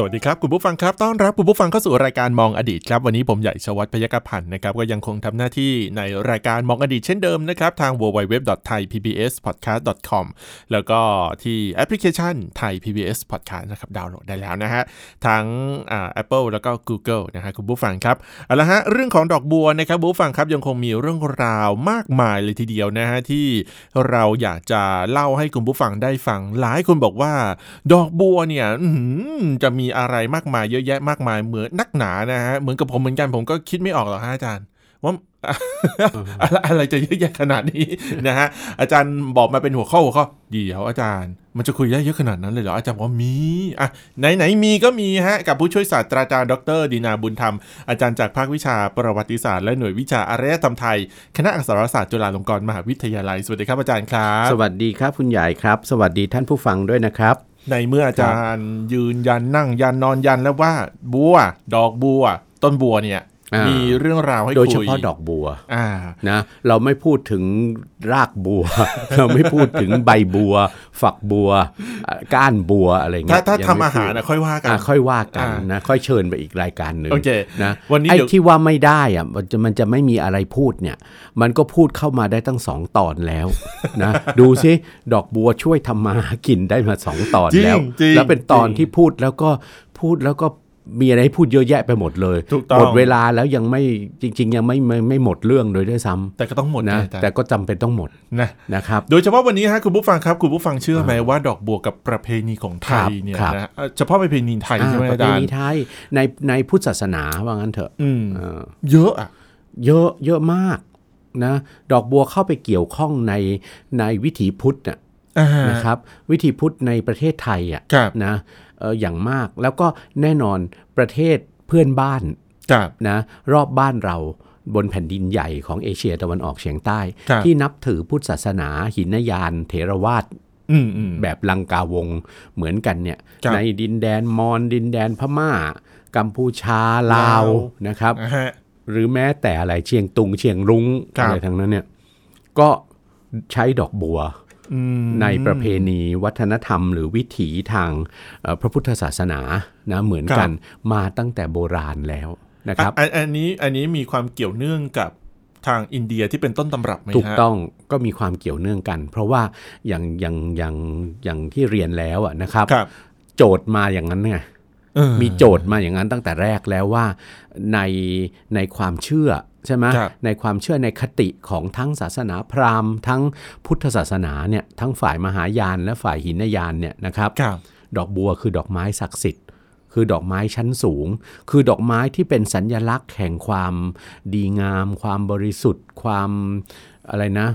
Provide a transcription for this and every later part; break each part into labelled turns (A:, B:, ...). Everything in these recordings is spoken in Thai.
A: สวัสดีครับ คุณผู้ฟังครับต้อนรับคุณผู้ฟังเข้าสู่รายการมองอดีตครับวันนี้ผมใหญ่ชวัฒน์พยกพันธ์นะครับก็ยังคงทำหน้าที่ในรายการมองอดีตเช่นเดิมนะครับทาง www.thaipbspodcast.com แล้วก็ที่แอปพลิเคชัน Thai PBS Podcast นะครับดาวน์โหลดได้แล้วนะฮะทั้งอ่า Apple แล้วก็ Google นะฮะคุณผู้ฟังครับเอาละฮะเรื่องของดอกบัวนะครับคุณผู้ฟังครับยังคงมีเรื่องราวมากมายเลยทีเดียวนะฮะที่เราอยากจะเล่าให้คุณผู้ฟังได้ฟังหลายคนบอกว่า ดอกบัวเนี่ยอื้อหือจะมีอะไรมากมายเยอะแยะมากมายเหมือนนักหนานะฮะเหมือนกับผมเหมือนกันผมก็คิดไม่ออกหรอกฮะอาจารย์ ว่า อะไรอะไรจะเยอะแยะขนาด นี้ นะฮะอาจารย์บอกมาเป็นหัวข้อหัวข้อเดี๋ยวอาจารย์ มันจะคุยได้เยอะขนาดนั้นเลยเหรออาจารย์บอกว่ามีอ่ะไหนไหนมีก็มีฮะกับผู้ช่วยศาสตราจารย์ดรดีนาบุญธรรม อาจารย์จากภาควิชาประวัติศาสตร์และหน่วยวิชาอารยธรรมไทย คณะอักษรศาสตร์จุฬาลงกรณ์มหาวิทยาลัยสวัสดีครับอาจารย์ครับ
B: สวัสดีครับคุณใหญ่ครับ สวัสดีท่านผู้ฟังด้วยนะครับ
A: ในเมื่ออาจารย์ยืนยันนั่งยันนอนยันแล้วว่า บัว ดอกบัว ต้นบัวเนี่ย
B: อ่ามี
A: มีเรื่องราวให้คุย
B: โดยเฉพาะดอกบัว
A: อ่า
B: นะเราไม่พูดถึงรากบัว เราไม่พูดถึงใบบัว ฝักบัวอ่ะก้านบัวอะไรเงี้
A: ถ้าย ถ้า
B: ยัง
A: ทำ
B: ไม่
A: อาหาร
B: พูด
A: นะค่อยว่ากัน
B: อ่ะค่อยว่ากัน
A: อ่าน
B: นะค่อยเชิญไปอีกรายการหนึ่ง
A: โอเค
B: นะ
A: วันนี้
B: ไอ้
A: เดี๋ยว
B: ที่ว่าไม่ได้อ่ะมันจะมันจะไม่มีอะไรพูดเนี่ย มันก็พูดเข้ามาได้ตั้งสองตอนแล้ว นะดูซิดอกบัวช่วยทำมาหากินได้มาสองตอน
A: จริง
B: แล้ว
A: จริง
B: แล้วเป็นตอน
A: จริง
B: ที่พูดแล้วก็พูดแล้วก็มีอะไรให้พูดเยอะแยะไปหมดเลย
A: ถูกต้อง
B: หมดเวลาแล้วยังไม่จริง ๆ ยังไม่ไม่ไม่หมดเรื่องเลยด้วยซ้
A: แต่ก็ต้องหมด
B: ำ
A: นะ
B: นะ
A: อาจารย์
B: แต่ก็จำเป็นต้องหมด
A: นะ
B: นะครับ
A: โดยเฉพาะวันนี้ฮะคุณผู้ฟังครับคุณผู้ฟังเชื่อไหมว่าดอกบัวกับประเพณีของไทย
B: ครับ
A: เนี่ย
B: ครับ
A: นะเอ่อเฉพาะประเพณีไทยใช่ไหม
B: อ่าประ
A: อา
B: เพ
A: จาร
B: ณี
A: ย์
B: ไทยในในพุทธศาสนาว่างั้นเถอะ
A: อืม
B: เออ
A: เยอะอ่ะ
B: เยอะเยอะมากนะดอกบัวเข้าไปเกี่ยวข้องในในวิถีพุทธน่ะ
A: อ่า
B: นะครับ วิถีพุทธในประเทศไทยอ่ะ
A: ครับ
B: นะเอ่ออย่างมากแล้วก็แน่นอนประเทศเพื่อนบ้าน
A: ครับ
B: นะรอบบ้านเราบนแผ่นดินใหญ่ของเอเชียตะวันออกเฉียงใต้
A: ครับ
B: ที่นับถือพุทธศาสนาหินยาน เถรวาท
A: อืมอืม
B: แบบลังกาวงศ์เหมือนกันเนี่ย
A: ครับ
B: ในดินแดนมอญดินแดนพม่า กัมพูชาลา
A: ลาว
B: วนะครับ
A: นะฮะ
B: หรือแม้แต่อะไรเชียงตุงเชียงรุง้ง
A: ครับ
B: อะไรทั้งนั้นเนี่ยก็ใช้ดอกบัว
A: อืม
B: ในประเพณีวัฒนธรรม หรือวิถีทางเอ่อพระพุทธศาสนานะเหมือน
A: ครับ
B: กันมาตั้งแต่โบราณแล้วนะครับ
A: อ่ะอันอันนี้อันนี้มีความเกี่ยวเนื่องกับทางอินเดียที่เป็นต้นตำรับไหมฮะ
B: ถูกต้องก็มีความเกี่ยวเนื่องกัน เพราะว่าอย่างอย่างอย่างอย่างที่เรียนแล้วอะนะครับ
A: ครับ
B: โจทย์มาอย่างนั้นไง
A: เออ
B: มีโจทย์มาอย่างนั้นตั้งแต่แรกแล้วว่าในในความเชื่อใช่ไหม
A: ครับ
B: ในความเชื่อในคติของทั้งศาสนาพราหมณ์ ทั้งพุทธศาสนาเนี่ยทั้งฝ่ายมหายานและฝ่ายหินยานเนี่ยนะครับ
A: ครับ
B: ดอกบัวคือดอกไม้ศักดิ์สิทธิ์ คือดอกไม้ชั้นสูง คือดอกไม้ที่เป็นสัญญลักษณ์แห่งความดีงาม ความบริสุทธิ์ ความอะไรนะ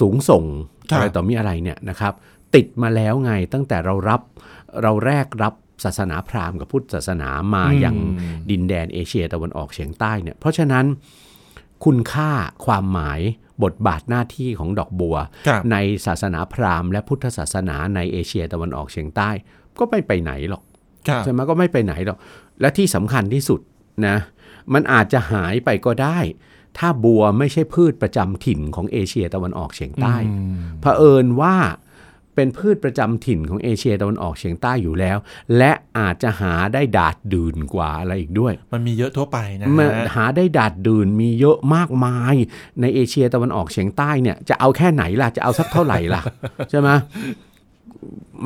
B: สูงส่ง
A: ครับ
B: อะไรต่อมีอะไรเนี่ยนะครับ ติดมาแล้วไงตั้งแต่เรารับเราแรกรับศาสนาพราหมณ์กับพุทธศาสนามาอย่างดินแดนเอเชียตะวันออกเฉียงใต้เนี่ย เพราะฉะนั้นคุณค่าความหมายบทบาทหน้าที่ของดอกบัว
A: ครับ
B: ในศาสนาพราหมณ์และพุทธศาสนาในเอเชียตะวันออกเฉียงใต้ ก็ไม่ไปไหนหรอก
A: ครับ
B: ใช่ไหมก็ไม่ไปไหนหรอก และที่สำคัญที่สุดนะมันอาจจะหายไปก็ได้ ถ้าบัวไม่ใช่พืชประจำถิ่นของเอเชียตะวันออกเฉียงใต้เผอิญว่าเป็นพืชประจำถิ่นของเอเชียตะวันออกเฉียงใต้อยู่แล้ว และอาจจะหาได้ดาดดื่นกว่าอะไรอีกด้วย
A: มันมีเยอะทั่วไปนะ
B: มา
A: ฮะ
B: หาได้ดาดดื่นมีเยอะมากมาย ในเอเชียตะวันออกเฉียงใต้เนี่ยจะเอาแค่ไหนล่ะ จะเอาสักเท่าไหร่ ล่ะ ใช่ไหม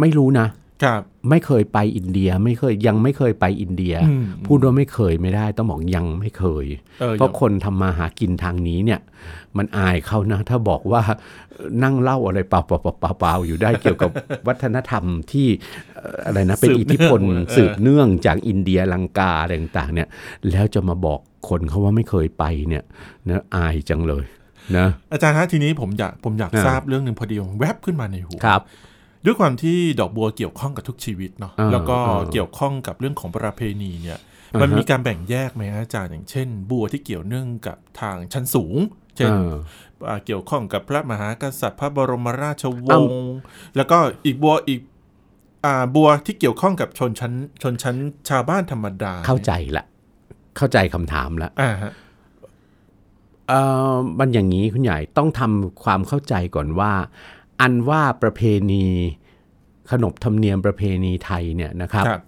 B: ไม่รู้นะ
A: ครับ
B: ไม่เคยไปอินเดียไม่เคยยังไม่เคยไปอินเดีย
A: อืม
B: พูดว่าไม่เคยไม่ได้ ต้องบอกยังไม่เคย
A: เออ
B: เพราะคนทำมาหากินทางนี้เนี่ย มันอายเขานะ ถ้าบอกว่านั่งเล่าอะไรเปล่าๆๆๆๆอยู่ได้เกี่ยวกับ วัฒนธรรมที่เอ่ออะไรนะ เป็นอิทธิพลสืบเนื่องจากอินเดียลังกาอะไรต่างๆ เนี่ย แล้วจะมาบอกคนเขาว่าไม่เคยไปเนี่ยนะอายจังเลยนะ
A: อาจารย์ฮะทีนี้ผมอยากผมอยาก
B: อ่า
A: ทราบเรื่องหนึ่งพอดีผมแวบขึ้นมาในหัว
B: ครับ
A: ด้วยความที่ดอกบัวเกี่ยวข้องกับทุกชีวิตเนาะ
B: อ่า
A: แล้วก็
B: อ่า
A: เกี่ยวข้องกับเรื่องของประเพณีเนี่ย
B: อ่าฮะ
A: มันมีการแบ่งแยกไหมฮะอาจารย์อย่างเช่น บัวที่เกี่ยวเนื่องกับทางชั้นสูง เช่น
B: เออ
A: อ่าเกี่ยวข้องกับพระมหากษัตริย์พระบรมราชว
B: เอ้า
A: งศ์แล้วก็อีกบัวอีกอ่าบัวที่เกี่ยวข้องกับชนชั้นชนชั้นชาวบ้านธรรมดา
B: เข้าใจละ เข้าใจคำถามละ
A: อ่าฮะ
B: เอ่อมันอย่างนี้คุณใหญ่ต้องทำความเข้าใจก่อนว่า อันว่าประเพณีขนบธรรมเนียมประเพณีไทยเนี่ยนะครับ
A: ครับ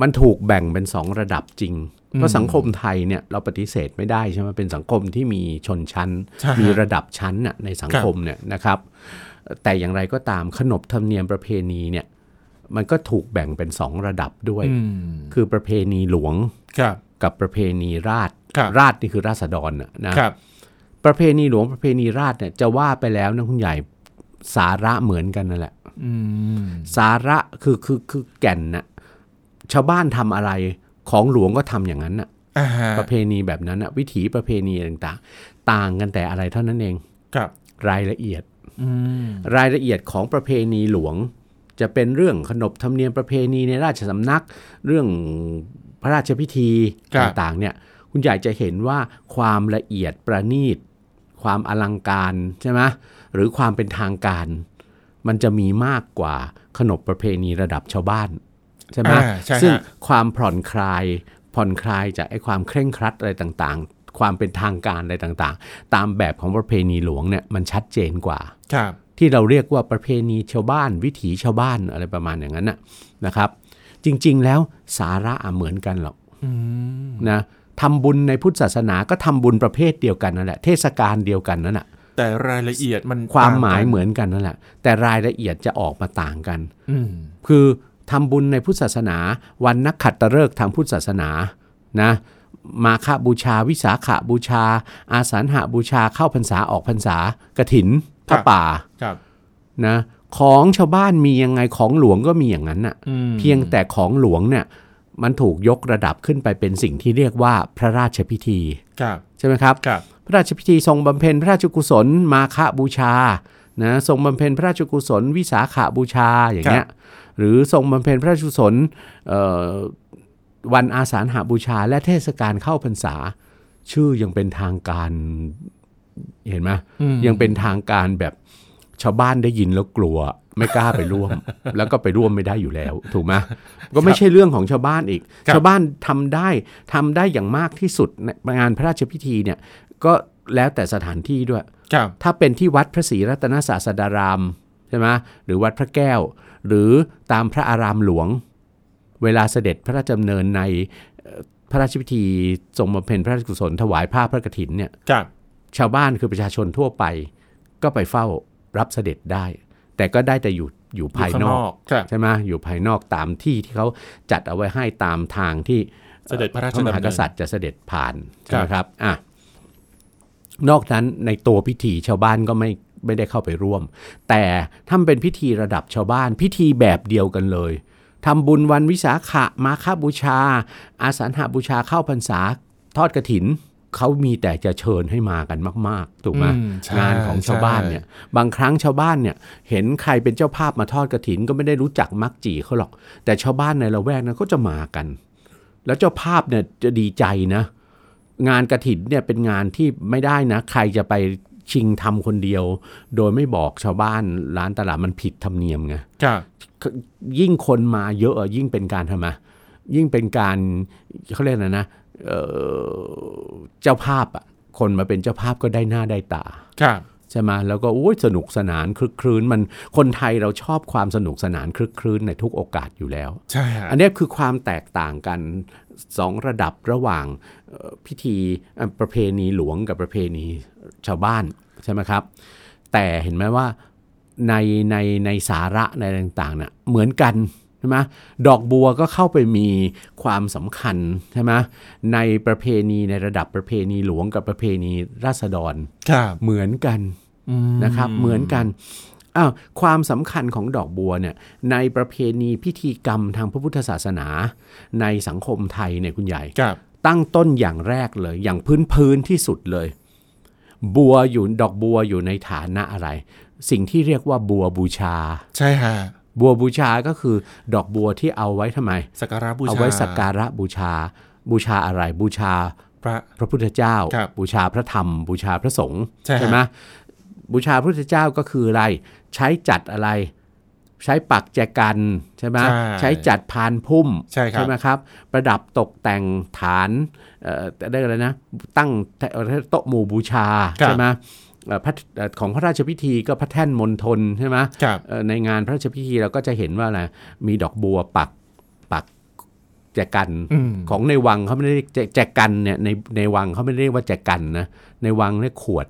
B: มันถูกแบ่งเป็นสองระดับจริง
A: อืม
B: เพราะสังคมไทยเนี่ยเราปฏิเสธไม่ได้ใช่ไหมเป็นสังคมที่มีชนชั้น
A: ใช่
B: มีระดับชั้นน่ะในสังคมเนี่ยนะครับ แต่อย่างไรก็ตามขนบธรรมเนียมประเพณีเนี่ยมันก็ถูกแบ่งเป็นสองระดับด้วย
A: อืม
B: คือประเพณีหลวง
A: ครับ
B: กับประเพณีราช
A: ครับ
B: ราชนี่คือราษฎรน่ะนะ
A: ครับ
B: ประเพณีหลวงประเพณีราชเนี่ยจะว่าไปแล้วนะคุณใหญ่สาระเหมือนกันนั่นแหละ
A: อืม
B: สาระคือคือคือแก่นน่ะชาวบ้านทำอะไรของหลวงก็ทำอย่างนั้นน่ะ
A: อ่าฮะ
B: ประเพณีแบบนั้นน่ะ วิถีประเพณีต่างๆ ต่างกันแต่อะไรเท่านั้นเอง
A: ครับ
B: รายละเอียด
A: อืม
B: รายละเอียดของประเพณีหลวง จะเป็นเรื่องขนบธรรมเนียมประเพณีในราชสำนัก เรื่องพระราชพิธีต่างๆเนี่ยคุณใหญ่จะเห็นว่าความละเอียดประณีต ความอลังการใช่ไหมหรือความเป็นทางการ มันจะมีมากกว่าขนบประเพณีระดับชาวบ้านใช่ไหม
A: อ่าใช่
B: ซึ่ง
A: ฮะ
B: ความผ่อนคลาย ผ่อนคลายจากไอ้ความเคร่งครัดอะไรต่างๆ ความเป็นทางการอะไรต่างๆ ตามแบบของประเพณีหลวงเนี่ยมันชัดเจนกว่า
A: ครับ
B: ที่เราเรียกว่าประเพณีชาวบ้าน วิถีชาวบ้านอะไรประมาณอย่างนั้นน่ะนะครับ จริงๆแล้วสาระอ่ะเหมือนกันหรอก
A: อืม
B: นะทำบุญในพุทธศาสนาก็ทำบุญประเภทเดียวกันนั่นแหละเทศกาลเดียวกันนั่นแหละ
A: แต่รายละเอียดมัน
B: ความหมาย
A: ต่งกัน
B: เหมือนกันนั่นแหละแต่รายละเอียดจะออกมาต่างกัน
A: อืม
B: คือทำบุญในพุทธศาสนา วันนักขัตฤกษ์ทางพุทธศาสนานะมาฆบูชาวิสาขบูชา อาสาฬหบูชาเข้าพรรษาออกพรรษากระถินพระป่า
A: ครับ
B: นะของชาวบ้านมียังไงของหลวงก็มีอย่างนั้นน่ะ
A: อืม
B: เพียงแต่ของหลวงเนี่ยมันถูกยกระดับขึ้นไปเป็นสิ่งที่เรียกว่าพระราชพิธี
A: ครับ
B: ใช่ไหมครับ
A: ครับ
B: พระราชพิธีทรงบำเพ็ญพระราชกุศลมาฆบูชานะทรงบำเพ็ญพระราชกุศลวิสาขาบูชาอย่างเงี้ยหรือทรงบำเพ็ญพระราชกุศลเอ่อวันอาสาฬหบูชา และเทศกาลเข้าพรรษา ชื่อยังเป็นทางการเห็นไหม
A: อืม
B: ยังเป็นทางการแบบชาวบ้านได้ยินแล้วกลัว ไม่กล้าไป ร่วม แล้วก็ไปร่วมไม่ได้อยู่แล้ว ถูกไหมก็ไม่ใช่เรื่องของชาวบ้านอีก
A: ครับ
B: ชาวบ้านทำได้ทำได้อย่างมากที่สุดในงานพระราชพิธีเนี่ย ก็แล้วแต่สถานที่ด้วย
A: ครับ
B: ถ้าเป็นที่วัดพระศรีรัตนศาสดารามใช่ไหมหรือวัดพระแก้ว หรือตามพระอารามหลวง เวลาเสด็จพระราชดำเนินในเอ่อพระราชพิธีทรงบำเพ็ญพระราชกุศลถวายผ้าพระกฐินเนี่ย
A: ครับ
B: ชาวบ้านคือประชาชนทั่วไป ก็ไปเฝ้ารับเสด็จได้ แต่ก็ได้แต่อยู่อยู่ภาย
A: ข้ง
B: นอก
A: ครับ
B: ใช่ไหมอยู่ภายนอกตามที่ที่เขาจัดเอาไว้ให้ตามทางที่
A: เสด็จพระราช
B: พระม
A: ดำ
B: หา
A: เนิน
B: กษัตริย์จะเสด็จผ่าน
A: ครั
B: ใช่
A: บ
B: ไหมครับอ่ะนอกนั้นในตัวพิธีชาวบ้านก็ไม่ไม่ได้เข้าไปร่วม แต่ถ้ามันเป็นพิธีระดับชาวบ้าน พิธีแบบเดียวกันเลยทำบุญวันวิสาขะมาฆบูชา อาสาฬหบูชาเข้าพรรษา ทอดกระถิน เขามีแต่จะเชิญให้มากันมาก ๆ ถูกไหม
A: อืมใช่
B: งานของชาวบ้านเนี่ย
A: ใช่
B: บางครั้งชาวบ้านเนี่ย เห็นใครเป็นเจ้าภาพมาทอดกระถินก็ไม่ได้รู้จักมักจีเขาหรอก แต่ชาวบ้านในละแวกนั้นก็จะมากัน แล้วเจ้าภาพเนี่ยจะดีใจนะ งานกระถินเนี่ยเป็นงานที่ไม่ได้นะ ใครจะไปชิงทำคนเดียว โดยไม่บอกชาวบ้านร้านตลาดมันผิดธรรมเนียมไง
A: ครับ
B: ยิ่งคนมาเยอะอะยิ่งเป็นการทำไมยิ่งเป็นการเขาเรียกอะไรนะเอ่อเจ้าภาพอะคนมาเป็นเจ้าภาพก็ได้หน้าได้ตา
A: ครับ
B: ใช่ไหมแล้วก็โอ้ยสนุกสนานคลึกครื้นมันคนไทยเราชอบความสนุกสนานคลึกครื้นในทุกโอกาสอยู่แล้ว
A: ใช่ฮะ
B: อันเนี้ยคือความแตกต่างกันสองระดับระหว่างเอ่อพิธีเอ่อประเพณีหลวงกับประเพณีชาวบ้านใช่ไหมครับ แต่เห็นไหมว่าในในในสาระในอะไรต่างๆน่ะเหมือนกันใช่ไหมดอกบัวก็เข้าไปมีความสำคัญใช่ไหมในประเพณีในระดับประเพณีหลวงกับประเพณีราษฎร
A: ครับ
B: เหมือนกัน
A: อืม
B: นะครับเหมือนกันอ้าวความสำคัญของดอกบัวเนี่ยในประเพณีพิธีกรรมทางพระพุทธศาสนา ในสังคมไทยเนี่ยคุณใหญ่
A: ครับ
B: ตั้งต้นอย่างแรกเลย อย่างพื้นพื้นที่สุดเลย บัวอยู่ดอกบัวอยู่ในฐานะอะไร สิ่งที่เรียกว่าบัวบูชา
A: ใช่ฮะ
B: บัวบูชาก็คือดอกบัวที่เอาไว้ทำไม
A: สักการะบูชา
B: เอาไว้สักการะบูชา บูชาอะไรบูชา
A: พระ
B: พระพุทธเจ้า
A: ครับ
B: บูชาพระธรรม บูชาพระสงฆ์
A: ใช่ฮะ
B: ไหมบูชาพระพุทธเจ้าก็คืออะไร ใช้จัดอะไร ใช้ปักแจกันใช่ไหม
A: ใช่
B: จัดพานพุ่ม
A: ใช่ครับ
B: ไหมครับ ประดับตกแต่งฐานเอ่อได้อะไรนะ ตั้งโต๊ะหมู่บูชา
A: ครับ
B: ใช่ไหมเอ่อพระเอ่อของพระราชพิธีก็พระแท่นมณฑลใช่ไหม
A: ครับ
B: เอ่อในงานพระราชพิธีเราก็จะเห็นว่าอะไรมีดอกบัวปักปักแจกัน
A: อืม
B: ของในวังเขาไม่ได้เรียกแจแจกันเนี่ยในในวังเขาไม่ได้เรียกว่าแจกันนะในวังเรียกขวด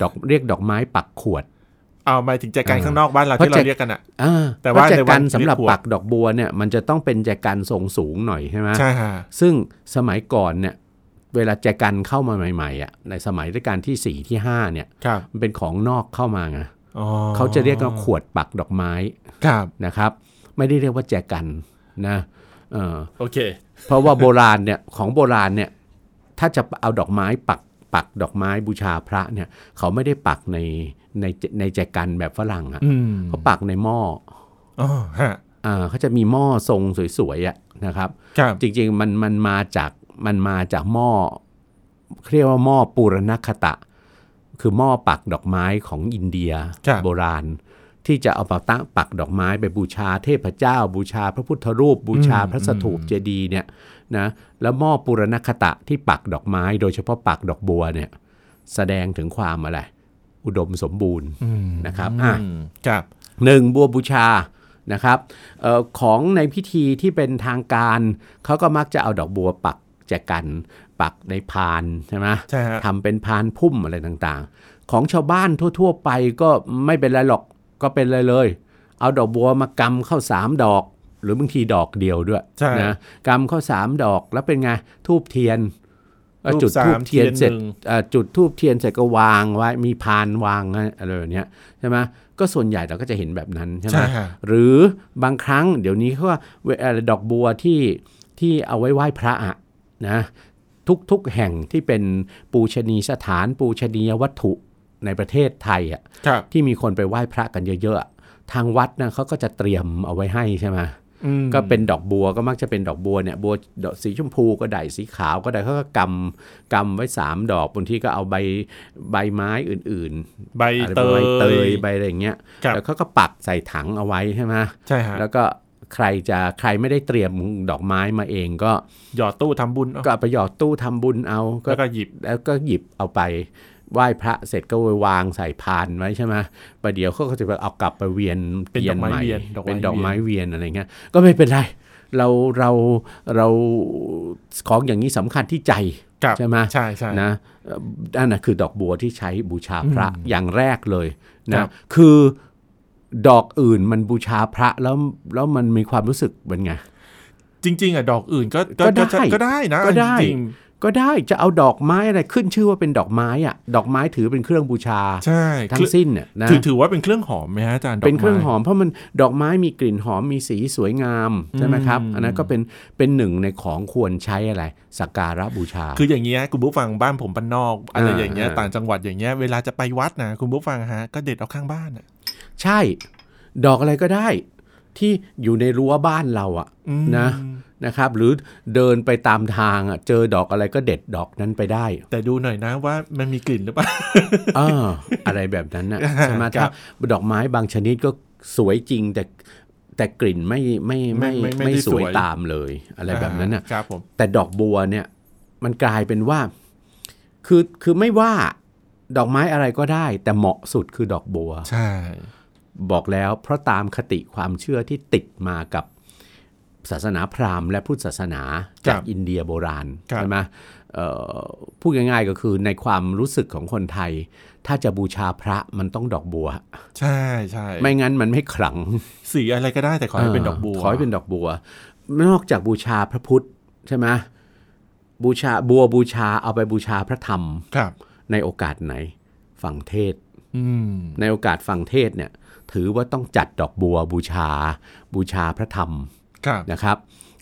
B: ดอกเรียกดอกไม้ปักขวด
A: เอาหมายถึงแจกัน
B: อ่า
A: ข้างนอกบ้านเรา
B: เพราะ
A: ที่เรา
B: แจ
A: เรียกกันอ่ะ
B: อ่า
A: แต่
B: เพ
A: ว่า
B: ระแจ
A: ในวั
B: กัน นสำหรับ
A: เรียกขวด
B: ปักดอกบัวเนี่ยมันจะต้องเป็นแจกันทรงสูงหน่อยใช่ไหม
A: ใช่ฮะ
B: ซึ่งสมัยก่อนเนี่ยเวลาแจกันเข้ามาใหม่ๆอ่ะในสมัยรัชกาลที่สี่ที่ห้าเนี่ย
A: ครับ
B: มันเป็นของนอกเข้ามาไง
A: อ๋อ
B: เขาจะเรียกว่าขวดปักดอกไม้
A: ครับ
B: นะครับไม่ได้เรียกว่าแจกันนะเออ
A: โอเค
B: เพราะว่าโบราณเนี่ยของโบราณเนี่ยถ้าจะเอาดอกไม้ปักปักดอกไม้บูชาพระเนี่ยเขาไม่ได้ปักในในในแจกันแบบฝรั่งอะ่ะ
A: อืม
B: เขาปักในหม้อ
A: อ๋อฮะ
B: อ่าเขาจะมีหม้อทรงสวยๆอะ่ะนะครับ
A: ครับ
B: จริงๆมันมันมาจากมันมาจากหม้อเรียกว่าหม้อปูรณคตะ คือหม้อปักดอกไม้ของอินเดียโบราณ ที่จะเอามาตั้งปักดอกไม้ไปบูชาเทพเจ้า บูชาพระพุทธรูป บูชาพระสถูปเจดีย์เนี่ยนะแล้วหม้อปูรณคตะที่ปักดอกไม้ โดยเฉพาะปักดอกบัวเนี่ยแสดงถึงความอะไรอุดมสมบูรณ์
A: อืม
B: นะครับ
A: อื
B: อ่ะ
A: มครับ
B: หนึ่งบัวบูชานะครับเออของในพิธีที่เป็นทางการ เขาก็มักจะเอาดอกบัวปักแจกัน ปักในพานใช่ไหม
A: ใช่ฮะ
B: ทำเป็นพานพุ่มอะไรต่างๆ ของชาวบ้านทั่วๆไปก็ไม่เป็นไรหรอกก็เป็นไรเลย เอาดอกบัวมากำเข้าสามดอก หรือบางทีดอกเดียวด้วย
A: ใช่
B: นะกำเข้าสามดอกแล้วเป็นไงทูบเทียนเอ่อ
A: รูป
B: จุด
A: สา
B: ทู
A: ม
B: บเทียนเสร็จ
A: หง
B: เอ่อจุดทูบเทียนเสร็จก็วางไว้มีพานวางอะไรแบบเนี้ยใช่ไหมก็ส่วนใหญ่เราก็จะเห็นแบบนั้นใช่ไหม
A: ใช่ฮะ
B: หรือบางครั้งเดี๋ยวนี้เขาว่าเวเอ่อดอกบัวที่ที่เอาไว้ไหว้พระอะนะทุกทุกแห่งที่เป็นปูชนียสถานปูชนียวัตถุในประเทศไทยอะ
A: ครับ
B: ที่มีคนไปไหว้พระกันเยอะๆอะทางวัดนะเขาก็จะเตรียมเอาไว้ให้ใช่ไหม
A: อืม
B: ก็เป็นดอกบัวก็มักจะเป็นดอกบัวเนี่ยบัวดอกสีชมพูก็ได้สีขาวก็ได้เขาก็กำกำไว้ 3 ดอกบางทีก็เอาใบใบไม้อื่น
A: ใบ
B: ๆอะไร
A: เต
B: ใบ
A: ย
B: เตยใบอะไรอย่างเงี้ย
A: ครับ
B: แล้วเขาก็ปักใส่ถังเอาไว้ใช่ไหม
A: ใช่ฮะ
B: แล้วก็ใครจะใครไม่ได้เตรียมดอกไม้มาเองก็
A: หยอดตู้ทำบุญเอา
B: ก็เอาไปหยอดตู้ทำบุญเอาก็
A: แล้วก็หยิบ
B: แล้วก็หยิบเอาไปไหว้พระเสร็จก็วางใส่พานไว้ใช่ไหมประเดี๋ยวเขาก็จะเอากลับไปเวียน
A: เป็นดอกไม้
B: ให
A: เวียนดอกไม้
B: เป็นดอก
A: เวียน
B: ไม้เวียนอะไรเงี้ย ก็ไม่เป็นไร เราเราเราของอย่างนี้สำคัญที่ใจ
A: กับ
B: ใช่ไหม
A: ใช่ใช่
B: นะเอ่อนั่นนะคือดอกบัวที่ใช้บูชาพระ
A: อืม
B: อย่างแรกเลย
A: ครั
B: นะ
A: บ
B: คือดอกอื่นมันบูชาพระแล้วแล้วมันมีความรู้สึกเป็นไง
A: จริง ๆอ่ะดอกอื่นก็ก็
B: ก็ได้
A: ก็ก็ได้นะ
B: ก็ได้
A: จริง
B: ก็ได้จะเอาดอกไม้อะไรขึ้นชื่อว่าเป็นดอกไม้อะดอกไม้ถือเป็นเครื่องบูชา
A: ๆใช่
B: ทั้งสิ้นเนี่ยนะ
A: ถือถือว่าเป็นเครื่องหอมไหมฮะอาจารย์ดก
B: เป็นเครื่อง
A: ไม้
B: หอมเพราะมันดอกไม้มีกลิ่นหอมมีสีสวยงามใช่ไหมครับ
A: อืม
B: อันนั้นก็เป็นเป็นหนึ่งในของควรใช้อะไรสักการะบูชา
A: คืออย่างเงี้ยคุณผู้ฟังบ้านผมบ้านนอกอะไร
B: อ่า
A: อย่างเงี้ย
B: อ่า
A: ต่างจังหวัดอย่างเงี้ยเวลาจะไปวัดนะคุณผู้ฟังฮะก็เด็ดเอาข้างบ้านอ่ะ
B: ใช่ ดอกอะไรก็ได้ ที่อยู่ในรั้วบ้านเราอะ
A: อืม
B: นะนะครับ หรือเดินไปตามทางอะเจอดอกอะไรก็เด็ดดอกนั้นไปได้
A: แต่ดูหน่อยนะว่ามันมีกลิ่นหรือเปล่า
B: เอออะไรแบบนั้น นะใช่ไหม
A: ครั
B: ถ้า
A: บ
B: ดอกไม้บางชนิดก็สวยจริงแต่แต่กลิ่นไม่ไม่ไม่
A: ไม่ไม่
B: ไม่
A: ได้
B: สวย
A: สวย
B: ตามเลยอะไรแบบนั้นน่ะ
A: ครับผม
B: แต่ดอกบัวเนี่ยมันกลายเป็นว่า คือคือไม่ว่าดอกไม้อะไรก็ได้ แต่เหมาะสุดคือดอกบัว
A: ใช่
B: บอกแล้วเพราะตามคติความเชื่อที่ติดมากับศาสนาพราหมณ์และพุทธศาสนาจากอินเดียโบราณใช่ไหมเอ่อพูดง่ายๆก็คือในความรู้สึกของคนไทย ถ้าจะบูชาพระมันต้องดอกบัว
A: ใช่ใช่
B: ไม่งั้นมันไม่ขลัง
A: สีอะไรก็ได้แต่ขอให้เป็นดอกบัว
B: ขอให้เป็นดอกบัว นอกจากบูชาพระพุทธใช่ไหมบูชาบัวบูชาเอาไปบูชาพระธรรม
A: ครับ
B: ในโอกาสไหนฝั่งเทศ
A: อืม
B: ในโอกาสฝั่งเทศเนี่ยถือว่าต้องจัดดอกบัวบูชา บูชาพระธรรม
A: ครับ
B: นะครับ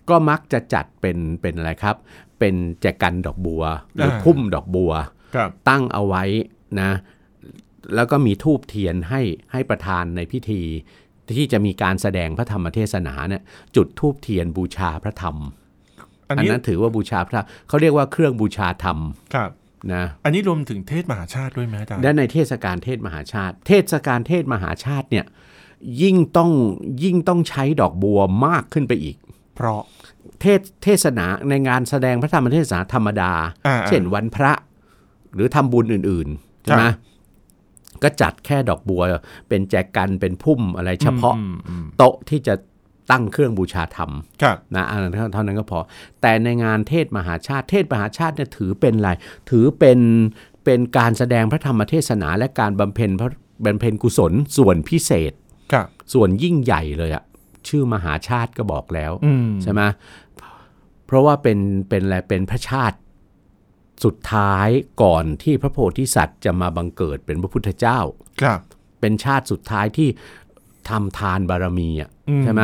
B: ก็มักจะจัดเป็นเป็นอะไรครับ เป็นแจกันดอกบัว หรืออา พุ่มดอกบัว
A: ครับ
B: ตั้งเอาไว้นะแล้วก็มีทูบเทียนให้ให้ประธานในพิธี ที่จะมีการแสดงพระธรรมเทศนาเนี่ยจุดทูบเทียนบูชาพระธรรม
A: อัน
B: อัน
A: นี้
B: นั้นถือว่าบูชาพระเขาเรียกว่าเครื่องบูชาธรรม
A: ครับ
B: นะ
A: อันนี้รวมถึงเทศมหาชาติด้วยไหมอาจารย์
B: และในเทศกาลเทศมหาชาติ เทศกาลเทศมหาชาติเนี่ยยิ่งต้องยิ่งต้องใช้ดอกบัวมากขึ้นไปอีก
A: เพราะ
B: เทศเทศนาในงานแสดงพระธรรมเทศนาธรรมดา
A: อ่า
B: เช่นวันพระ หรือทำบุญอื่นๆใช่ไหม
A: ครับ
B: ก็จัดแค่ดอกบัว เป็นแจกันเป็นพุ่มอะไรเฉพาะ
A: อืมอืม
B: โต๊ะที่จะตั้งเครื่องบูชาธรรม
A: ครับ
B: นะอันนั้นเท่านั้นก็พอ แต่ในงานเทศมหาชาติ เทศมหาชาติเนี่ยถือเป็นอะไร ถือเป็นเป็นการแสดงพระธรรมเทศนาและการบำเพ็ญพระบำเพ็ญกุศลส่วนพิเศษ
A: ครับ
B: ส่วนยิ่งใหญ่เลยอะชื่อมหาชาติก็บอกแล้ว
A: อืม
B: ใช่ไหมเพราะว่าเป็นเป็นอะไรเป็นพระชาติสุดท้ายก่อนที่พระโพธิสัตว์จะมาบังเกิดเป็นพระพุทธเจ้า
A: ครับ
B: เป็นชาติสุดท้ายที่ทำทานบารมีอ่ะ
A: อืม
B: ใช่ไหม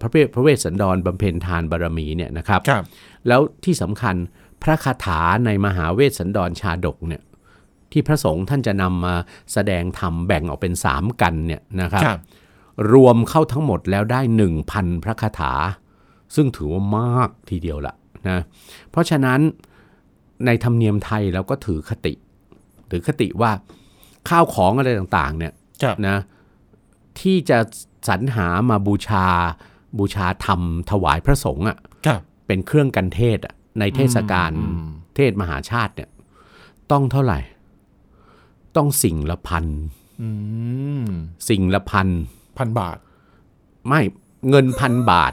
B: พระเวพระเวสสันดรบำเพ็ญทานบารมีเนี่ยนะครับ
A: ครับ
B: แล้วที่สำคัญพระคาถาในมหาเวสสันดรชาดกเนี่ยที่พระสงฆ์ท่านจะนำมาแสดงธรรมแบ่งออกเป็นสามกันเนี่ยนะครับ
A: ครับ
B: รวมเข้าทั้งหมดแล้วได้ 1,000 พระคาถา ซึ่งถือว่ามากทีเดียวละนะเพราะฉะนั้นในธรรมเนียมไทยเราก็ถือคติถือคติว่าข้าวของอะไรต่างๆเนี่ย
A: ครับ
B: นะที่จะสรรหามาบูชาบูชาธรรมถวายพระสงฆ์อะ
A: ครับ
B: เป็นเครื่องกันเทศอะในเทศกาล
A: อืม
B: เทศมหาชาติเนี่ยต้องเท่าไหร่ ต้องสิ่งละพัน
A: อืม
B: สิ่งละพัน
A: พันบาท
B: ไม่เงินพันบาท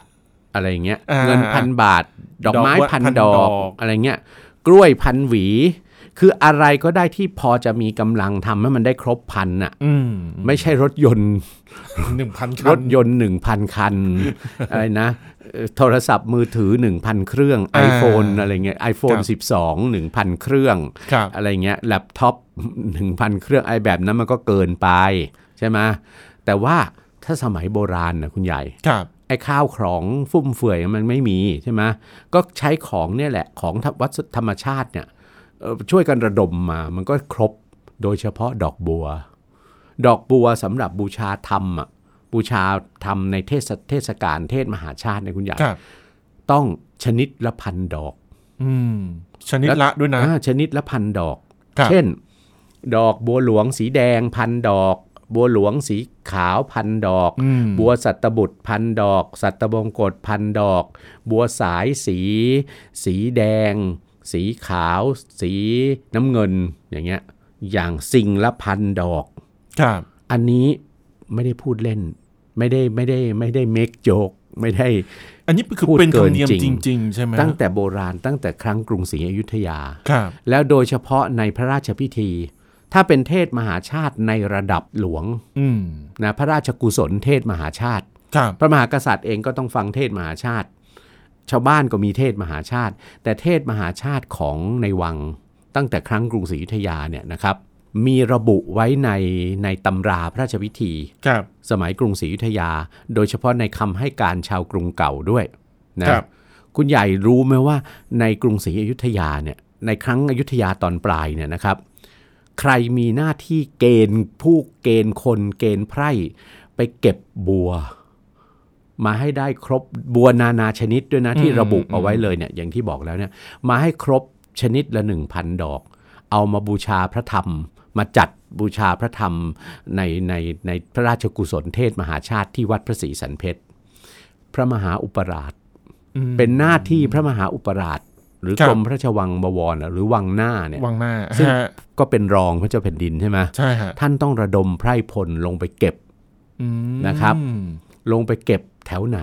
B: อะไรอย่างเงี้ย
A: อ่า
B: เงินพันบาท ดอกไม้
A: ดอกไม้
B: พัน
A: พัน
B: ดอ
A: ดอก ก
B: อะไรเงี้ยกล้วยพันหวี คืออะไรก็ได้ที่พอจะมีกำลังทำให้มันได้ครบพันน่ะ
A: อืม
B: ไม่ใช่รถยนต์
A: หนึ่งพัน
B: รถยนต์ 1,000 คัน อะไรนะเอ่อโทรศัพท์มือถือ 1,000 เครื่อง iPhone อะไรเงี้ย iPhone 12 1,000 เครื่อง
A: ครับ
B: อะไรเงี้ยแล็ปท็อป 1,000 เครื่องไอแบบนั้นมันก็เกินไปใช่ไหมแต่ว่าถ้าสมัยโบราณนะคุณใหญ่
A: ครับ
B: ไอ้ข้าวของฟุ่มเฟือยมันไม่มีใช่ไหมก็ใช้ของเนี่ยแหละของวัดธรรมชาติเนี่ยเอ่อช่วยกันระดมมา มันก็ครบโดยเฉพาะดอกบัว ดอกบัวสำหรับบูชาธรรมอ่ะบูชาธรรมในเทศเทศกาลเทศมหาชาติเนี่ยคุณใหญ่
A: ครับ
B: ต้องชนิดละพันดอก
A: อืม ชนิดละด้วยนะ
B: อ่าชนิดละพันดอก
A: ครับ
B: เช่น ดอกบัวหลวงสีแดงพันดอก บัวหลวงสีขาวพันดอก
A: อืม
B: บัวสัตบุตรพันดอก สัตบงกฎพันดอก บัวสายสี สีแดง สีขาว สีน้ำเงินอย่างเงี้ยอย่างสิ่งละพันดอก
A: ครับ
B: อันนี้ไม่ได้พูดเล่น ไม่ได้ไม่ได้ไม่ได้ make joke ไม่ได้
A: อันนี้คือ
B: พูด
A: เป็น
B: เกิ
A: ธรร
B: น
A: มเนียม
B: จ
A: จ
B: ริง
A: ริง ๆ ใช่ไหม
B: ตั้งแต่โบราณตั้งแต่ครั้งกรุงศรีอยุธยา
A: ครับ
B: แล้วโดยเฉพาะในพระราชพิธี ถ้าเป็นเทศมหาชาติในระดับหลวง
A: อืม
B: นะพระราชกุศลเทศมหาชาติ
A: ครับ
B: พระมหากษัตริย์เองก็ต้องฟังเทศมหาชาติ ชาวบ้านก็มีเทศมหาชาติ แต่เทศมหาชาติของในวังตั้งแต่ครั้งกรุงศรีอยุธยาเนี่ยนะครับ มีระบุไว้ในในตำราพระราชพิธี
A: ครับ
B: สมัยกรุงศรีอยุธยา โดยเฉพาะในคำให้การชาวกรุงเก่าด้วยนะครับ คุณใหญ่รู้ไหมว่าในกรุงศรีอยุธยาเนี่ยในครั้งอยุธยาตอนปลายเนี่ยนะครับ ใครมีหน้าที่เกณฑ์ผู้เกณฑ์คนเกณฑ์ไพร่ไปเก็บบัว มาให้ได้ครบบัวนานาชนิดด้วยนะที่ระบุเอาไว้เลยเนี่ยอย่างที่บอกแล้วเนี่ยมาให้ครบชนิดละ 1,000 ดอก เอามาบูชาพระธรรม มาจัดบูชาพระธรรมในในในพระราชกุศลเทศมหาชาติที่วัดพระศรีสันเพชรพระมหาอุปราช
A: อืม
B: เป็นหน้าที่พระมหาอุปราช หรือ
A: ครับ
B: กรมพระราชวังบวรหรือวังหน้าเนี่ย
A: วังหน้า
B: ซึ่ง
A: ฮะ
B: ก็เป็นรองพระเจ้าแผ่นดินใช่ไหม
A: ใช่ฮะ
B: ท่านต้องระดมไพร่พลลงไปเก็บ
A: อืม
B: นะครับ ลงไปเก็บแถวไหน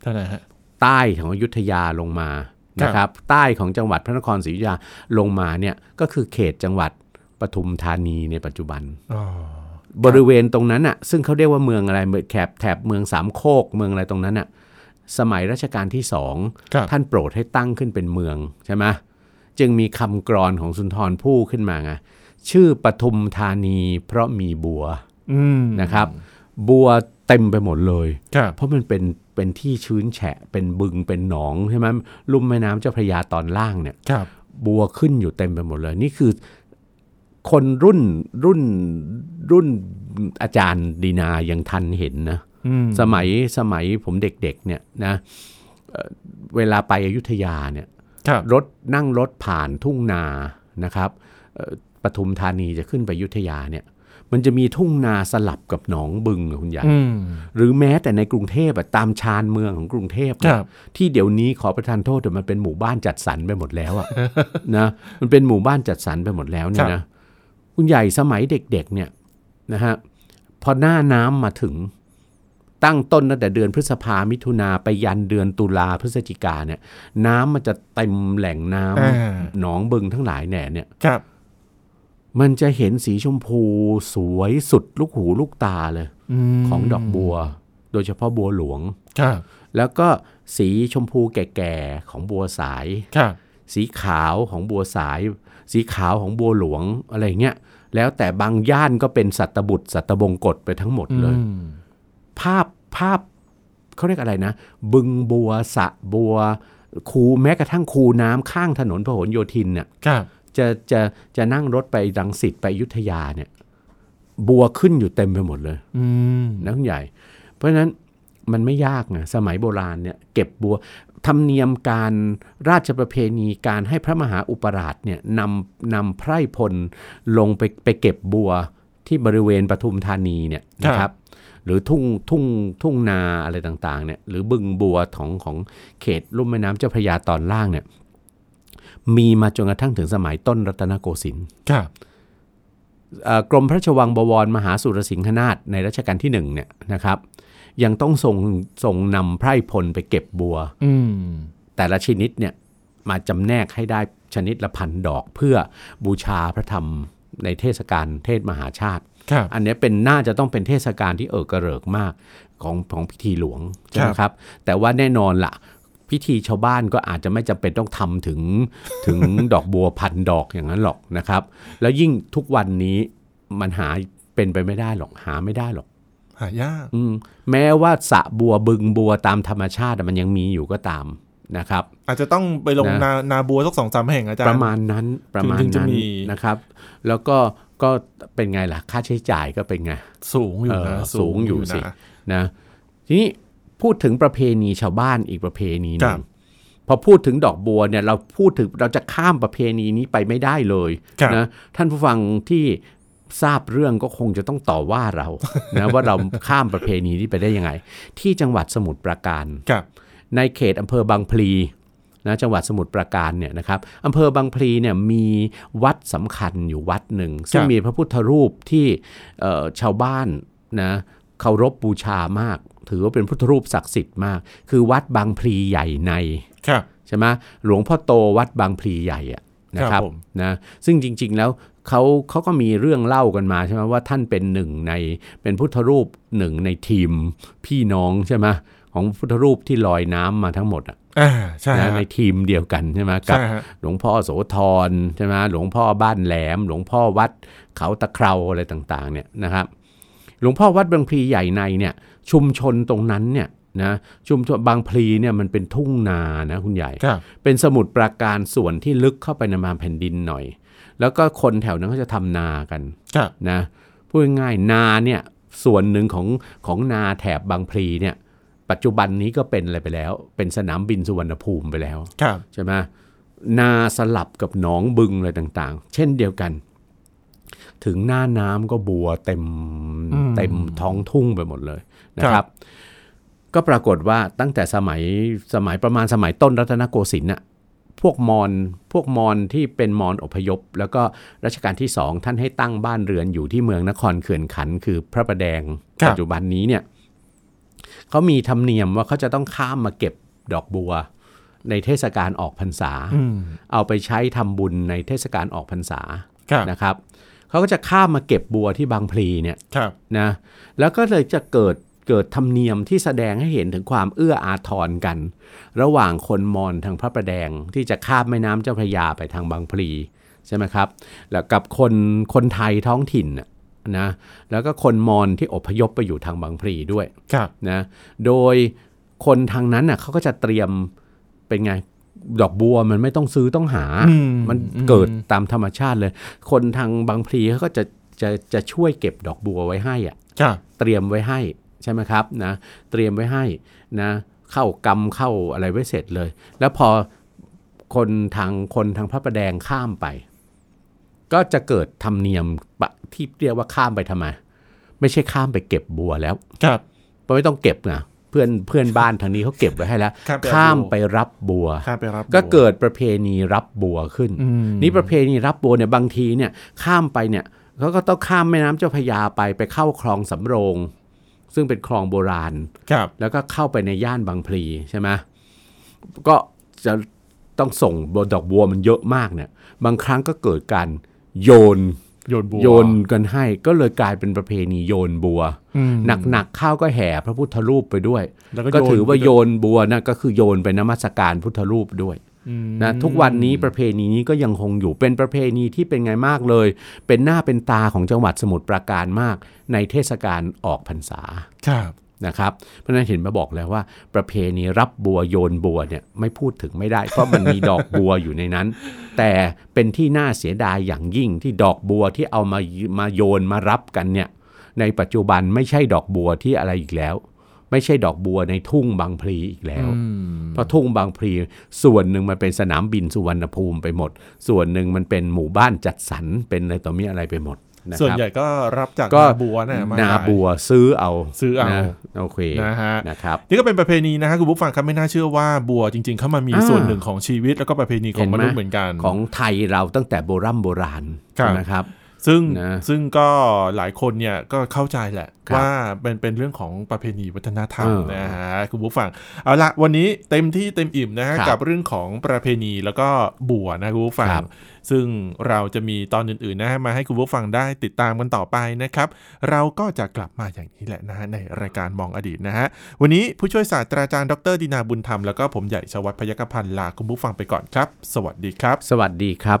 A: เท่าไหร่ฮะ
B: ใต้ของอยุธยาลงมา
A: ครับ
B: นะครับ ใต้ของจังหวัดพระนครศรีอยุธยาลงมาเนี่ยก็คือเขตจังหวัดปทุมธานีในปัจจุบัน
A: อ๋อ
B: บริเวณตรงนั้นอ่ะซึ่งเขาเรียกว่าเมืองอะไรเมืองแถบแถบเมืองสามโคกเมืองอะไรตรงนั้นอ่ะสมัยรัชกาลที่สอง
A: ครับ
B: ท่านโปรดให้ตั้งขึ้นเป็นเมืองใช่ไหมจึงมีคำกรอนของสุนทรภู่ขึ้นมาไงชื่อปทุมธานีเพราะมีบัว
A: อืม
B: นะครับ บัวเต็มไปหมดเลย
A: ครับ
B: เพราะมันเป็นเป็นที่ชื้นแฉะเป็นบึงเป็นหนองใช่ไหมลุ่มแม่น้ำเจ้าพระยาตอนล่างเนี่ย
A: ครับ
B: บัวขึ้นอยู่เต็มไปหมดเลย นี่คือคนรุ่นรุ่นรุ่นอาจารย์ดีนายังทันเห็นนะ
A: อืม
B: สมัยสมัยผมเด็กๆเนี่ยนะ เอ่อเวลาไปอยุธยาเนี่ย
A: ครับ
B: รถนั่งรถผ่านทุ่งนานะครับเอ่อปทุมธานีจะขึ้นไปอยุธยาเนี่ย มันจะมีทุ่งนาสลับกับหนองบึงอะคุณยาย
A: อืม
B: หรือแม้แต่ในกรุงเทพอะตามชานเมืองของกรุงเทพ
A: ค
B: เนี่ย
A: รับ
B: ที่เดี๋ยวนี้ขอประทานโทษแต่มันเป็นหมู่บ้านจัดสรรไปหมดแล้วอะ นะมันเป็นหมู่บ้านจัดสรรไปหมดแล้ว
A: ค
B: เนี่
A: รั
B: ย
A: บ
B: นะคุณใหญ่สมัยเด็กๆเนี่ยนะฮะพอหน้าน้ำมาถึง ตั้งต้นตั้งแต่เดือนพฤษภามิถุนาไปยันเดือนตุลาพฤศจิกาเนี่ยน้ำมันจะเต็มแหล่งน้ำ
A: อ่า
B: หนองบึงทั้งหลายแหน่เนี่ย
A: ครับ
B: มันจะเห็นสีชมพูสวยสุดลูกหูลูกตาเลย
A: ม
B: ของดอกบัว โดยเฉพาะบัวหลวง
A: ครับ
B: แล้วก็สีชมพูแก่ๆของบัวสาย
A: ครับ
B: สีขาวของบัวสาย สีขาวของบัวหลวงอะไรเงี้ยแล้วแต่บางย่านก็เป็นสัตบุตร สัตบงกฎไปทั้งหมดเลย
A: อืม
B: ภาพภาพเขาเรียกอะไรนะ บึงบัวสระบัว คูแม้กระทั่งคูน้ำข้างถนนพหลโยธินเนี่ย
A: ครับ
B: จะจะจะนั่งรถไปดังสิตไปอยุธยาเนี่ยบัวขึ้นอยู่เต็มไปหมดเลย
A: อืม
B: นะคุณใหญ่ เพราะฉะนั้นมันไม่ยากไงสมัยโบราณเนี่ยเก็บบัวธรรมเนียมการราชประเพณีการให้พระมหาอุปราชเนี่ยนำนำไพร่พลลงไปไปเก็บบัวที่บริเวณปทุมธานีเนี่ยนะ
A: ค
B: ค
A: รั
B: รับ บ หรือทุ่งทุ่งทุ่งนาอะไรต่างๆเนี่ยหรือบึงบัวของของเขตลุ่มแม่น้ำเจ้าพระยาตอนล่างเนี่ยมีมาจนกระทั่งถึงสมัยต้นรัตนโกสินทร์
A: ครับ
B: เอ่อกรมพระราชวังบวรมหาสุรสิงหนาถในรัชกาลที่หนึ่งเนี่ยนะครับยังต้องทรงทรงนำไพร่พลไปเก็บบัว
A: อืม
B: แต่ละชนิดเนี่ยมาจำแนกให้ได้ชนิดละพันดอกเพื่อบูชาพระธรรมในเทศกาลเทศมหาชาติ
A: ครับ
B: อันเนี้ยเป็นน่าจะต้องเป็นเทศกาลที่เออกระเริกมากของของพิธีหลวงใช่ไหมครับ แต่ว่าแน่นอนละ่ะ พิธีชาวบ้านก็อาจจะไม่จำเป็นต้องทำถึงถึง ดอกบัวพันดอกอย่างนั้นหรอกนะครับ แล้วยิ่งทุกวันนี้มันหาเป็นไปไม่ได้หรอกหาไม่ได้หรอก
A: หายาก
B: อืมแม้ว่าสระบัวบึงบัวตามธรรมชาติอะมันยังมีอยู่ก็ตามนะครับ
A: อาจจะต้องไปลง
B: นะ
A: นานาบัวสักสองสามแห่งอาจารย์
B: ประมาณนั้นประมาณ
A: ถึงจะ
B: นั้น
A: มี
B: นะครับ แล้วก็ก็เป็นไงล่ะค่าใช้จ่ายก็เป็นไง
A: สูงอยู่นะ
B: เออสูงอยู่สิ
A: นะ
B: นะทีนี้พูดถึงประเพณีชาวบ้านอีกประเพณีห
A: ครับ
B: นึงพอพูดถึงดอกบัวเนี่ยเราพูดถึงเราจะข้ามประเพณีนี้ไปไม่ได้เลย
A: ครับ
B: นะท่านผู้ฟังที่ทราบเรื่องก็คงจะต้องต่อว่าเรานะ ว่าเราข้ามประเพณีนี้ไปได้ยังไง ที่จังหวัดสมุทรปราการ
A: ครับ
B: ในเขตอำเภอบางพลีนะจังหวัดสมุทรปราการเนี่ยนะครับอำเภอบางพลีเนี่ยมีวัดสำคัญอยู่วัดหนึ่ง ซึ่งมีพระพุทธรูปที่เอ่อชาวบ้านนะเคารพบูชามาก ถือว่าเป็นพุทธรูปศักดิ์สิทธิ์มาก คือวัดบางพลีใหญ่ใน
A: ครับ
B: ใช่ไหมหลวงพ่อโตวัดบางพลีใหญ่อะนะค
A: ครั
B: รับบ
A: ผม
B: นะซึ่งจริง ๆ แล้วเขาเขาก็มีเรื่องเล่ากันมาใช่ไหมว่าท่านเป็นหนึ่งในเป็นพุทธรูปหนึ่งในทีมพี่น้องใช่ไหมของพุทธรูปที่ลอยน้ำมาทั้งหมดอะ
A: อ่าใช่ฮะ
B: นะในทีมเดียวกันใช่ไหมกับ
A: ใช่ฮะ
B: หลวงพ่อโสธรใช่ไหมหลวงพ่อบ้านแหลม หลวงพ่อวัดเขาตะเคราอะไรต่างๆเนี่ยนะครับหลวงพ่อวัดบางพลีใหญ่ในเนี่ยชุมชนตรงนั้นเนี่ยนะชุมชนบางพลีเนี่ยมันเป็นทุ่งนานะคุณใหญ่
A: ครับ
B: เป็นสมุทรปราการส่วนที่ลึกเข้าไปในมาแผ่นดินหน่อย แล้วก็คนแถวนั้นเขาจะทำนากัน
A: ครับ
B: นะพูดง่ายๆนาเนี่ยส่วนหนึ่งของของนาแถบบางพลีเนี่ยปัจจุบันนี้ก็เป็นอะไรไปแล้ว เป็นสนามบินสุวรรณภูมิไปแล้ว
A: ครับ
B: ใช่ไหมนาสลับกับหนองบึงอะไรต่างๆ เช่นเดียวกัน ถึงหน้าน้ำก็บัวเต็ม
A: อืม
B: เต็มท้องทุ่งไปหมดเลยนะ
A: ค
B: ค
A: รั
B: รับ บ ก็ปรากฏว่าตั้งแต่สมัยสมัยประมาณสมัยต้นรัตนโกสินทร์น่ะพวกมอญพวกมอญที่เป็นมอญอพยพ แล้วก็รัชกาลที่สองท่านให้ตั้งบ้านเรือนอยู่ที่เมืองนครเขื่อนขันธ์คือพระประแดงปัจจุบันนี้เนี่ยเขามีธรรมเนียมว่าเขาจะต้องข้ามมาเก็บดอกบัว ในเทศกาลออกพรรษา
A: อืม
B: เอาไปใช้ทำบุญในเทศกาลออกพรรษา
A: ครับ
B: นะครับเขาก็จะข้ามมาเก็บบัวที่บางพลีเนี่ย
A: ครับ
B: นะแล้วก็เลยจะเกิดเกิดธรรมเนียมที่แสดงให้เห็นถึงความเอื้ออาทรกัน ระหว่างคนมอญทางพระประแดงที่จะข้ามแม่น้ำเจ้าพระยาไปทางบางพลีใช่ไหมครับแล้วกับคนคนไทยท้องถิ่นน่ะนะแล้วก็คนมอญที่อพยพไปอยู่ทางบางพลีด้วย
A: ครับ
B: นะโดยคนทางนั้นน่ะเขาก็จะเตรียมเป็นไงดอกบัวมันไม่ต้องซื้อต้องหา
A: อื
B: มัน
A: อื
B: เกิดตามธรรมชาติเลย คนทางบางพลีเขาก็จะจะจะช่วยเก็บดอกบัวไว้ให้อะ
A: ครับ
B: เตรียมไว้ให้ใช่ไหมครับนะเตรียมไว้ให้นะ เข้ากรรมเข้าอะไรไว้เสร็จเลย แล้วพอคนทางคนทางพระประแดงข้ามไป ก็จะเกิดธรรมเนียมปะที่เรียกว่าข้ามไปทำไม ไม่ใช่ข้ามไปเก็บบัวแล้ว
A: ครับ
B: เพราะไม่ต้องเก็บนะเพื่อนเพื่อนบ้านทางนี้เขาเก็บไว้ให้แล้ว
A: ข้ามไป
B: ข้ามไปรับบัว
A: ข้ามไปรับ
B: ก็
A: บัว
B: เกิดประเพณีรับบัวขึ้น
A: อืม
B: นี่ประเพณีรับบัวเนี่ยบางทีเนี่ยข้ามไปเนี่ยเขาก็ต้องข้ามแม่น้ำเจ้าพระยาไปไปเข้าคลองสำโรง ซึ่งเป็นคลองโบราณ
A: ครับ
B: แล้วก็เข้าไปในย่านบางพลีใช่ไหมก็จะต้องส่งดอกบัวมันเยอะมากเนี่ย บางครั้งก็เกิดการโยน
A: โยนบัว
B: โยนกันให้ ก็เลยกลายเป็นประเพณีโยนบัว
A: อืม
B: หนักๆข้าวก็แห่พระพุทธรูปไปด้วย
A: แล้ว
B: ก็
A: โน
B: ถือว่าโยนบัวนะก็คือโยนไปนมัสการพุทธรูปด้วย
A: อืม
B: นะทุกวันนี้ประเพณีนี้ก็ยังคงอยู่เป็นประเพณีที่เป็นไงมากเลย เป็นหน้าเป็นตาของจังหวัดสมุทรปราการมาก ในเทศกาลออกพรรษา
A: ครับ
B: นะครับ เพราะฉะนั้นเห็นมาบอกแล้วว่า ประเพณีรับบัวโยนบัวเนี่ยไม่พูดถึงไม่ได้ เพราะมันมีดอกบัวอยู่ในนั้น แต่เป็นที่น่าเสียดายอย่างยิ่งที่ดอกบัวที่เอามามาโยนมารับกันเนี่ยในปัจจุบันไม่ใช่ดอกบัวที่อะไรอีกแล้ว ไม่ใช่ดอกบัวในทุ่งบางพลีอีกแล้ว เพราะทุ่งบางพลีส่วนหนึ่งมันเป็นสนามบินสุวรรณภูมิไปหมด ส่วนหนึ่งมันเป็นหมู่บ้านจัดสรรเป็นอะไรต่อมีอะไรไปหมดะครับ
A: ส่วนใหญ่ก็รับจาก
B: ก็
A: นาบัวนะมา
B: นา
A: ขาย
B: บัวซื้อเอา
A: ซื้อเอาน
B: นะโอเค
A: นะฮะ
B: นะครับ
A: นี่ก็เป็นประเพณีนะฮะคุณผู้ฟังครับไม่น่าเชื่อว่าบัวจริงๆ เข้ามามี
B: อ่า
A: ส่วนหนึ่งของชีวิตแล้วก็ประเพณีของมนุษย์
B: ไ
A: เหมือนกัน
B: ของไทยเราตั้งแต่โบราณโบราณ
A: ครับ
B: นะครับ
A: ซึ่ง
B: นะ
A: ซึ่งก็หลายคนเนี่ยก็เข้าใจแหละ
B: ครับ
A: ว่าเป็นเป็นเรื่องของประเพณีวัฒนธรรม
B: เออ
A: นะฮะคุณผู้ฟังเอาละวันนี้เต็มที่เต็มอิ่มนะฮะ
B: ครับ
A: กับเรื่องของประเพณีแล้วก็บัวนะคุณผู้ฟัง
B: ครับ
A: ซึ่งเราจะมีตอนอื่นๆนะฮะมาให้คุณผู้ฟังได้ติดตามกันต่อไปนะครับ เราก็จะกลับมาอย่างนี้แหละนะฮะในรายการมองอดีตนะฮะวันนี้ผู้ช่วยศาสตราจารย์ดรดินาบุญธรรมแล้วก็ผมใหญ่ชวัฒน์พยกพันธ์ลาคุณผู้ฟังไปก่อนครับ สวัสดีครับ
B: สวัสดีครับ